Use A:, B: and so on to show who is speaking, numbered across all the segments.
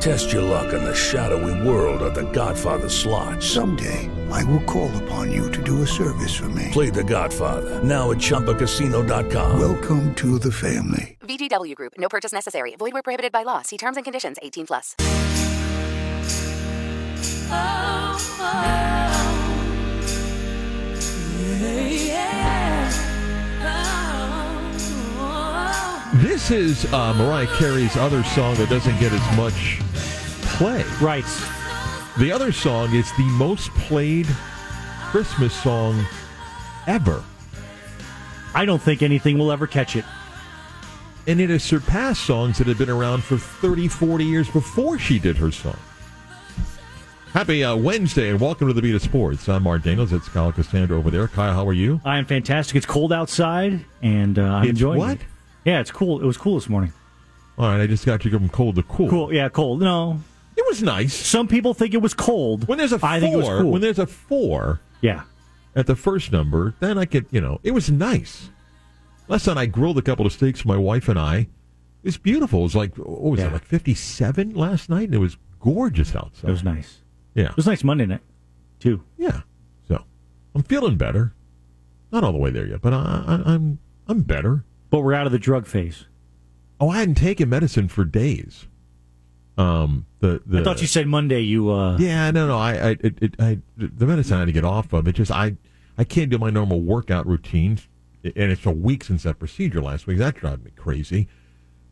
A: Test your luck in the shadowy world of The Godfather slot.
B: Someday, I will call upon you to do a service for me.
A: Play The Godfather now at ChumbaCasino.com.
B: Welcome to the family.
C: VGW Group. No purchase necessary. Void where prohibited by law. See terms and conditions. 18 plus.
D: This is uh, Mariah Carey's other song that doesn't get as much play.
E: Right.
D: The other song is the most played Christmas song ever,
E: I don't think anything will ever catch it.
D: and it has surpassed songs that had been around for 30, 40 years before she did her song. Happy uh, Wednesday and welcome to the Beat of Sports. I'm Mark Daniels. It's Kyle Cassandra over there. Kyle, how are you?
E: I am fantastic. It's cold outside, and uh, I'm
D: It's
E: enjoying
D: what?
E: it. Yeah, it's cool. It was cool this morning.
D: All right, I just got you from cold to cool.
E: Cool. Yeah, cold. No,
D: It was nice.
E: some people think it was cold.
D: When there's a four,
E: I think it was cool.
D: when there's a four,
E: yeah.
D: at the first number, then I could, you know, it was nice. Last night I grilled a couple of steaks for my wife and I. It's beautiful. It was like, what was it,
E: Yeah.
D: like 57 last night? And it was gorgeous outside.
E: It was nice.
D: Yeah.
E: It was nice Monday night, too.
D: yeah. So I'm feeling better. Not all the way there yet, but I, I, I'm, I'm better.
E: But we're out of the drug phase.
D: Oh, I hadn't taken medicine for days. Um, the, the
E: I thought you said Monday you uh,
D: Yeah, no, no. I, I, it, it, I, the medicine I had to get off of. It just, I, I can't do my normal workout routines, and it's a week since that procedure last week. That drives me crazy.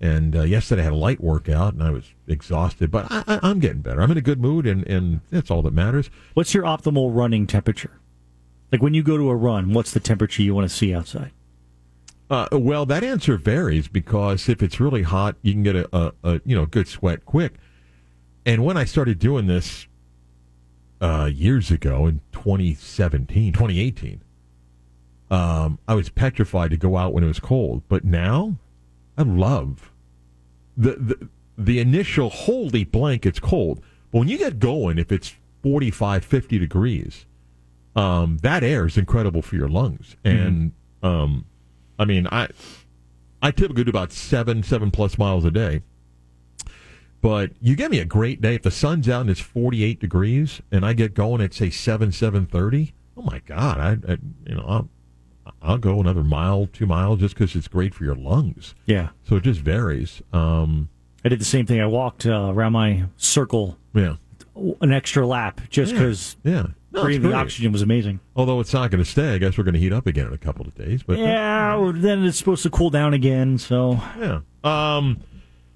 D: And uh, yesterday I had a light workout, and I was exhausted, but I, I, I'm getting better. I'm in a good mood, and and that's all that matters.
E: What's your optimal running temperature? Like when you go to a run, what's the temperature you want to see outside?
D: Uh, well, that answer varies because if it's really hot, you can get a, a, a you know good sweat quick. And when I started doing this uh, years ago in 2017, 2018, um, I was petrified to go out when it was cold. But now, I love the the, the initial holy blank it's cold. But when you get going, if it's 45, 50 degrees, um, that air is incredible for your lungs. And um, I mean, I I typically do about seven, seven plus miles a day. But you get me a great day if the sun's out and it's forty eight degrees, and I get going at say seven, seven thirty. Oh my God! I, I you know I'll, I'll go another mile, two miles, just because it's great for your lungs.
E: Yeah.
D: So it just varies. Um,
E: I did the same thing. I walked uh, around my circle
D: yeah,
E: an extra lap just
D: Yeah.
E: because
D: yeah, No, it's
E: breathing
D: great.
E: oxygen was amazing.
D: Although it's not going to stay, I guess we're going to heat up again in a couple of days.
E: uh,
D: But
E: Yeah, well, then it's supposed to cool down again. So
D: Yeah. Um,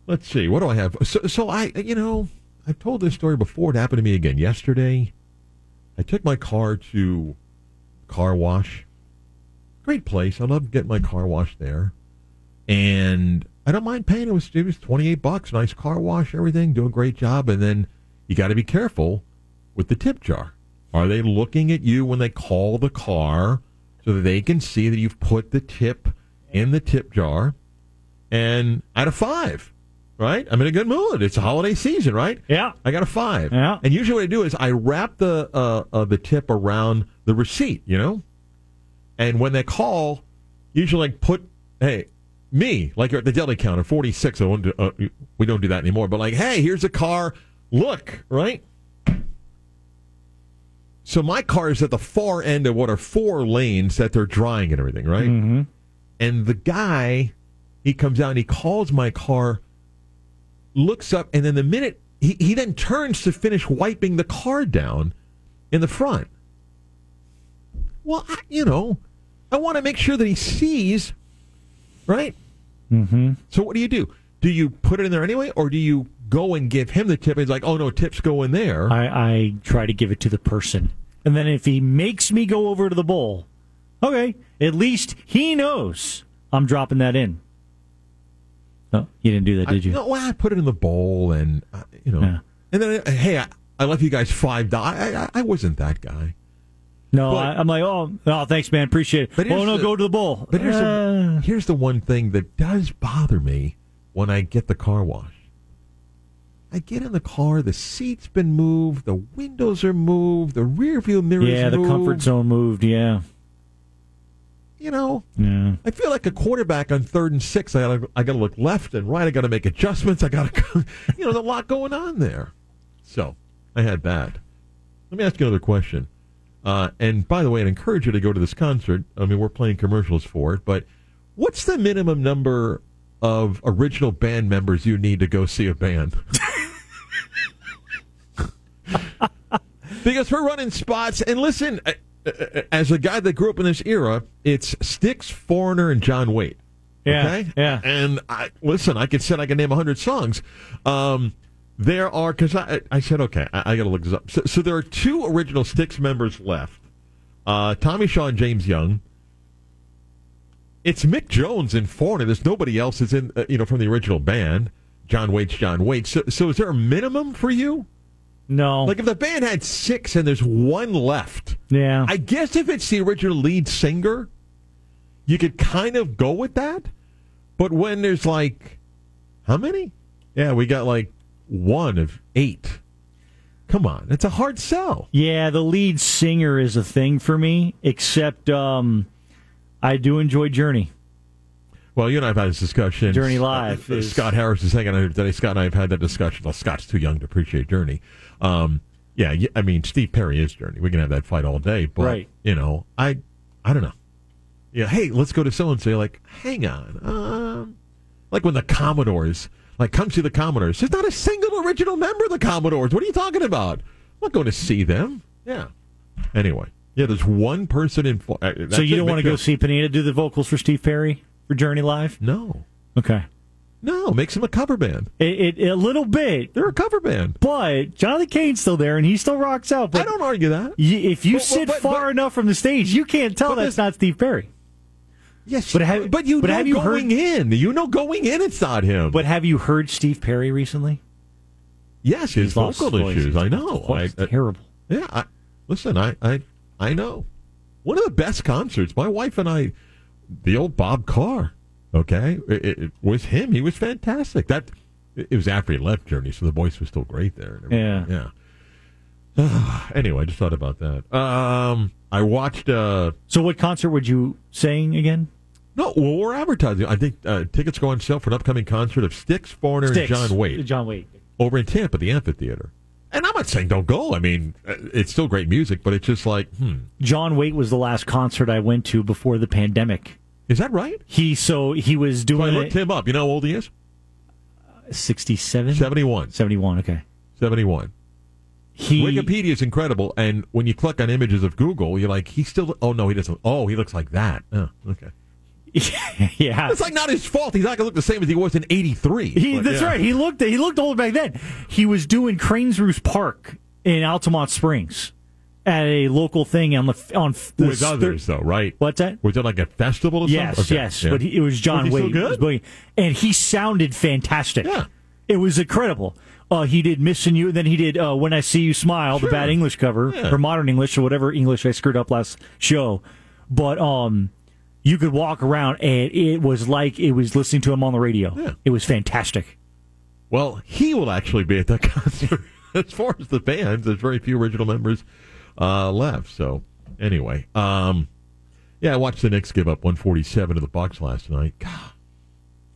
D: let's see. What do I have? So, so I, you know, I've told this story before. It happened to me again yesterday. I took my car to car wash. Great place. I love getting my car washed there, and I don't mind paying. It was it was twenty eight bucks. Nice car wash, everything. Do a great job, and then you got to be careful with the tip jar. Are they looking at you when they call the car so that they can see that you've put the tip in the tip jar? and out of five, right? I'm in a good mood. It's a holiday season, right?
E: yeah,
D: I got a five.
E: Yeah.
D: And usually what I do is I wrap the uh, uh, the tip around the receipt, you know. And when they call, usually like put hey me like you're at the deli counter forty six. I won't do, uh, we don't do that anymore. But like hey, here's a car. Look right. So my car is at the far end of what are four lanes that they're drying and everything, right? Mm-hmm. And the guy, he comes out and he calls my car looks up, and then the minute he, he then turns to finish wiping the car down in the front. Well, I, you know, I want to make sure that he sees, right? Mm-hmm. So what do you do? Do you put it in there anyway, or do you go and give him the tip? He's like, oh no, tips go in there.
E: I, I try to give it to the person, and then if he makes me go over to the bowl, okay, at least he knows I'm dropping that in. No, you didn't do that, did you?
D: I, no, well, I put it in the bowl, and uh, you know,
E: Yeah.
D: and then uh, hey, I, I left you guys five dollars. I, I, I wasn't that guy.
E: No,
D: But-
E: I, I'm like, oh, oh, thanks, man, appreciate it.
D: But
E: oh
D: here's
E: no,
D: the-
E: go to the bowl.
D: But here's,
E: Uh,
D: the, here's the one thing that does bother me when I get the car wash. I get in the car, the seat's been moved, the windows are moved, the rear view mirrors
E: Uh, yeah, the
D: moved.
E: comfort zone moved. Yeah,
D: You know,
E: yeah.
D: I feel like a quarterback on third and six. I gotta, I gotta look left and right. I gotta make adjustments. I gotta, you know, there's a lot going on there. So I had that. Let me ask you another question. Uh, and by the way, I'd encourage you to go to this concert. I mean, we're playing commercials for it, but what's the minimum number of original band members you need to go see a band? because we're running spots. And listen, uh, uh, as a guy that grew up in this era, it's Styx, Foreigner, and John Waite.
E: Yeah, yeah.
D: And I listen. I could said I could name hundred songs. Um, there are because I I said okay. I, I got to look this up. So, so there are two original Styx members left. Uh, Tommy Shaw and James Young. It's Mick Jones and Foreigner. There's nobody else that's in uh, you know from the original band. John Waite's John Waite. So, so is there a minimum for you?
E: No,
D: Like if the band had six and there's one left,
E: yeah,
D: I guess if it's the original lead singer, you could kind of go with that. But when there's like, how many? Yeah, we got like one of eight. Come on, it's a hard sell.
E: yeah. The lead singer is a thing for me, except um, I do enjoy Journey.
D: Well, you and I have had this discussion.
E: Journey Live
D: Uh,
E: is-
D: Scott Harris is hanging out here today. Scott and I have had that discussion. Well, Scott's too young to appreciate Journey. Um, yeah, y- I mean Steve Perry is Journey. We can have that fight all day, but
E: Right.
D: you know, I, I don't know. Yeah, hey, let's go to so and so. Like, hang on, um, like when the Commodores, like, come see the Commodores. There's not a single original member of the Commodores. What are you talking about? I'm not going to see them. Yeah. Anyway, yeah, there's one person in. Fo- uh, that's
E: so you
D: it,
E: don't want to go
D: Mitchell.
E: see Pineda do the vocals for Steve Perry for Journey Live?
D: No.
E: Okay,
D: No, makes them a cover band.
E: it, it a little bit,
D: They're a cover band.
E: but Jonathan Cain's still there and he still rocks out. But
D: I don't argue that.
E: Y- if you
D: But- but-
E: sit
D: but-
E: far
D: but-
E: enough from the stage, you can't tell
D: But
E: that's
D: this-
E: not Steve Perry.
D: Yes,
E: But have-
D: but you
E: but
D: know
E: have you
D: going in, you know going in, it's not him.
E: But have you heard Steve Perry recently?
D: yes, his
E: He's lost
D: vocal
E: voice.
D: issues. I
E: His
D: know. I,
E: voice
D: I-
E: is terrible.
D: yeah. I, listen, I, I I know. One of the best concerts. My wife and I, the old Bob Carr. Okay, it, it- it was him. He was fantastic. That it it was after he left Journey, so the voice was still great there. and everything. yeah. anyway, I just thought about that. Um, I watched. Uh,
E: So, what concert would you sing again?
D: No, well, we're advertising. I think uh, tickets go on sale for an upcoming concert of Styx, Foreigner,
E: Sticks.
D: and John Waite
E: John Wade.
D: over in Tampa, the amphitheater. And I'm not saying don't go. I mean, uh, it's still great music, but it's just like, hmm,
E: John Wade was the last concert I went to before the pandemic.
D: is that right?
E: He so he was
D: So I
E: doing
D: looked
E: it
D: him up. You know how old he is?
E: 67
D: 71.
E: 71 okay.
D: 71.
E: He
D: Wikipedia is incredible. And when you click on images of Google, you're like, he still, oh, no, he doesn't. Oh, he looks like that. Oh, okay.
E: yeah.
D: It's like not his fault. He's not going to look the same as he was in 83.
E: He,
D: But,
E: that's
D: yeah.
E: right. He looked he looked old back then. He was doing Cranes Roost Park in Altamont Springs at a local thing on the on the
D: With others, though, right?
E: What's that?
D: Was it like a festival or
E: Yes,
D: something? Okay,
E: yes.
D: yeah.
E: But he, it was John
D: Was he still
E: Wade. It
D: good?
E: was brilliant. and he sounded fantastic.
D: Yeah.
E: It was incredible. Uh, he did Missing You, and then he did uh, When I See You Smile,
D: Sure.
E: the bad English cover,
D: Yeah.
E: or modern English, or whatever English I screwed up last show. But um, you could walk around, and it was like it was listening to him on the radio.
D: Yeah.
E: It was fantastic.
D: Well, he will actually be at that concert. as far as the band, there's very few original members uh, left. So anyway, um, yeah, I watched the Knicks give up 147 to the Bucks last night. God.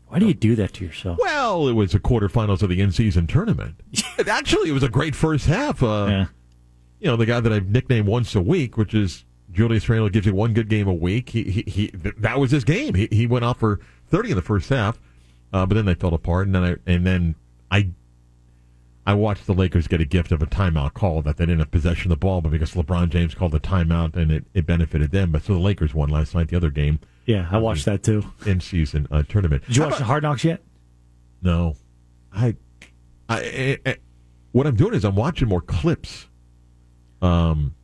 E: Why do you do that to yourself?
D: Well, it was the quarterfinals of the in-season tournament. It actually, it was a great first half. Uh,
E: Yeah.
D: You know, the guy that I've nicknamed once a week, which is Julius Randle, gives you one good game a week. He, he, he th- that was his game. He, he went off for 30 in the first half, uh, but then they fell apart. And then I, and then I I watched the Lakers get a gift of a timeout call that they didn't have possession of the ball, but because LeBron James called the timeout and it, it benefited them. But so the Lakers won last night, the other game
E: Yeah, I watched that too.
D: in season uh, tournament.
E: Did you
D: How
E: watch the
D: about-
E: Hard Knocks yet?
D: no, I, I, I, I- what I'm doing is I'm watching more clips, um,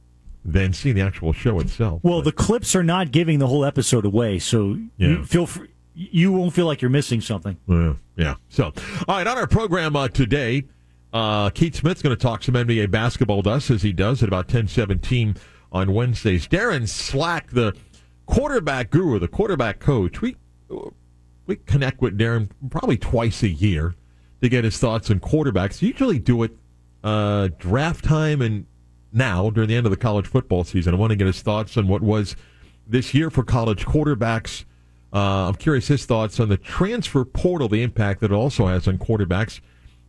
D: than seeing the actual show itself.
E: Well, the clips are not giving the whole episode away, so
D: Yeah.
E: you feel free, you won't feel like you're missing something.
D: Yeah, yeah. So, all right, on our program uh, today, uh, Keith Smith's going to talk some NBA basketball to us as he does at about ten seventeen on Wednesdays. Darren Slack, the quarterback guru, the quarterback coach, we we connect with Darren probably twice a year to get his thoughts on quarterbacks. Usually do it uh, draft time and now during the end of the college football season. I want to get his thoughts on what was this year for college quarterbacks. Uh, I'm curious his thoughts on the transfer portal, the impact that it also has on quarterbacks.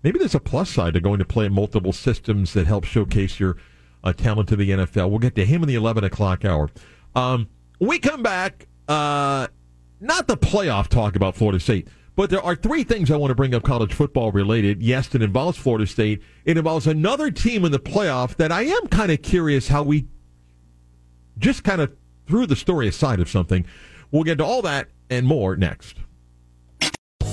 D: Maybe there's a plus side to going to play in multiple systems that help showcase your uh, talent to the NFL. We'll get to him in the 11 o'clock hour. Um, we come back, uh, not the playoff talk about Florida State, but there are three things I want to bring up college football related. Yes, it involves Florida State. It involves another team in the playoff that I am kind of curious how we just kind of threw the story aside of something. We'll get to all that and more next.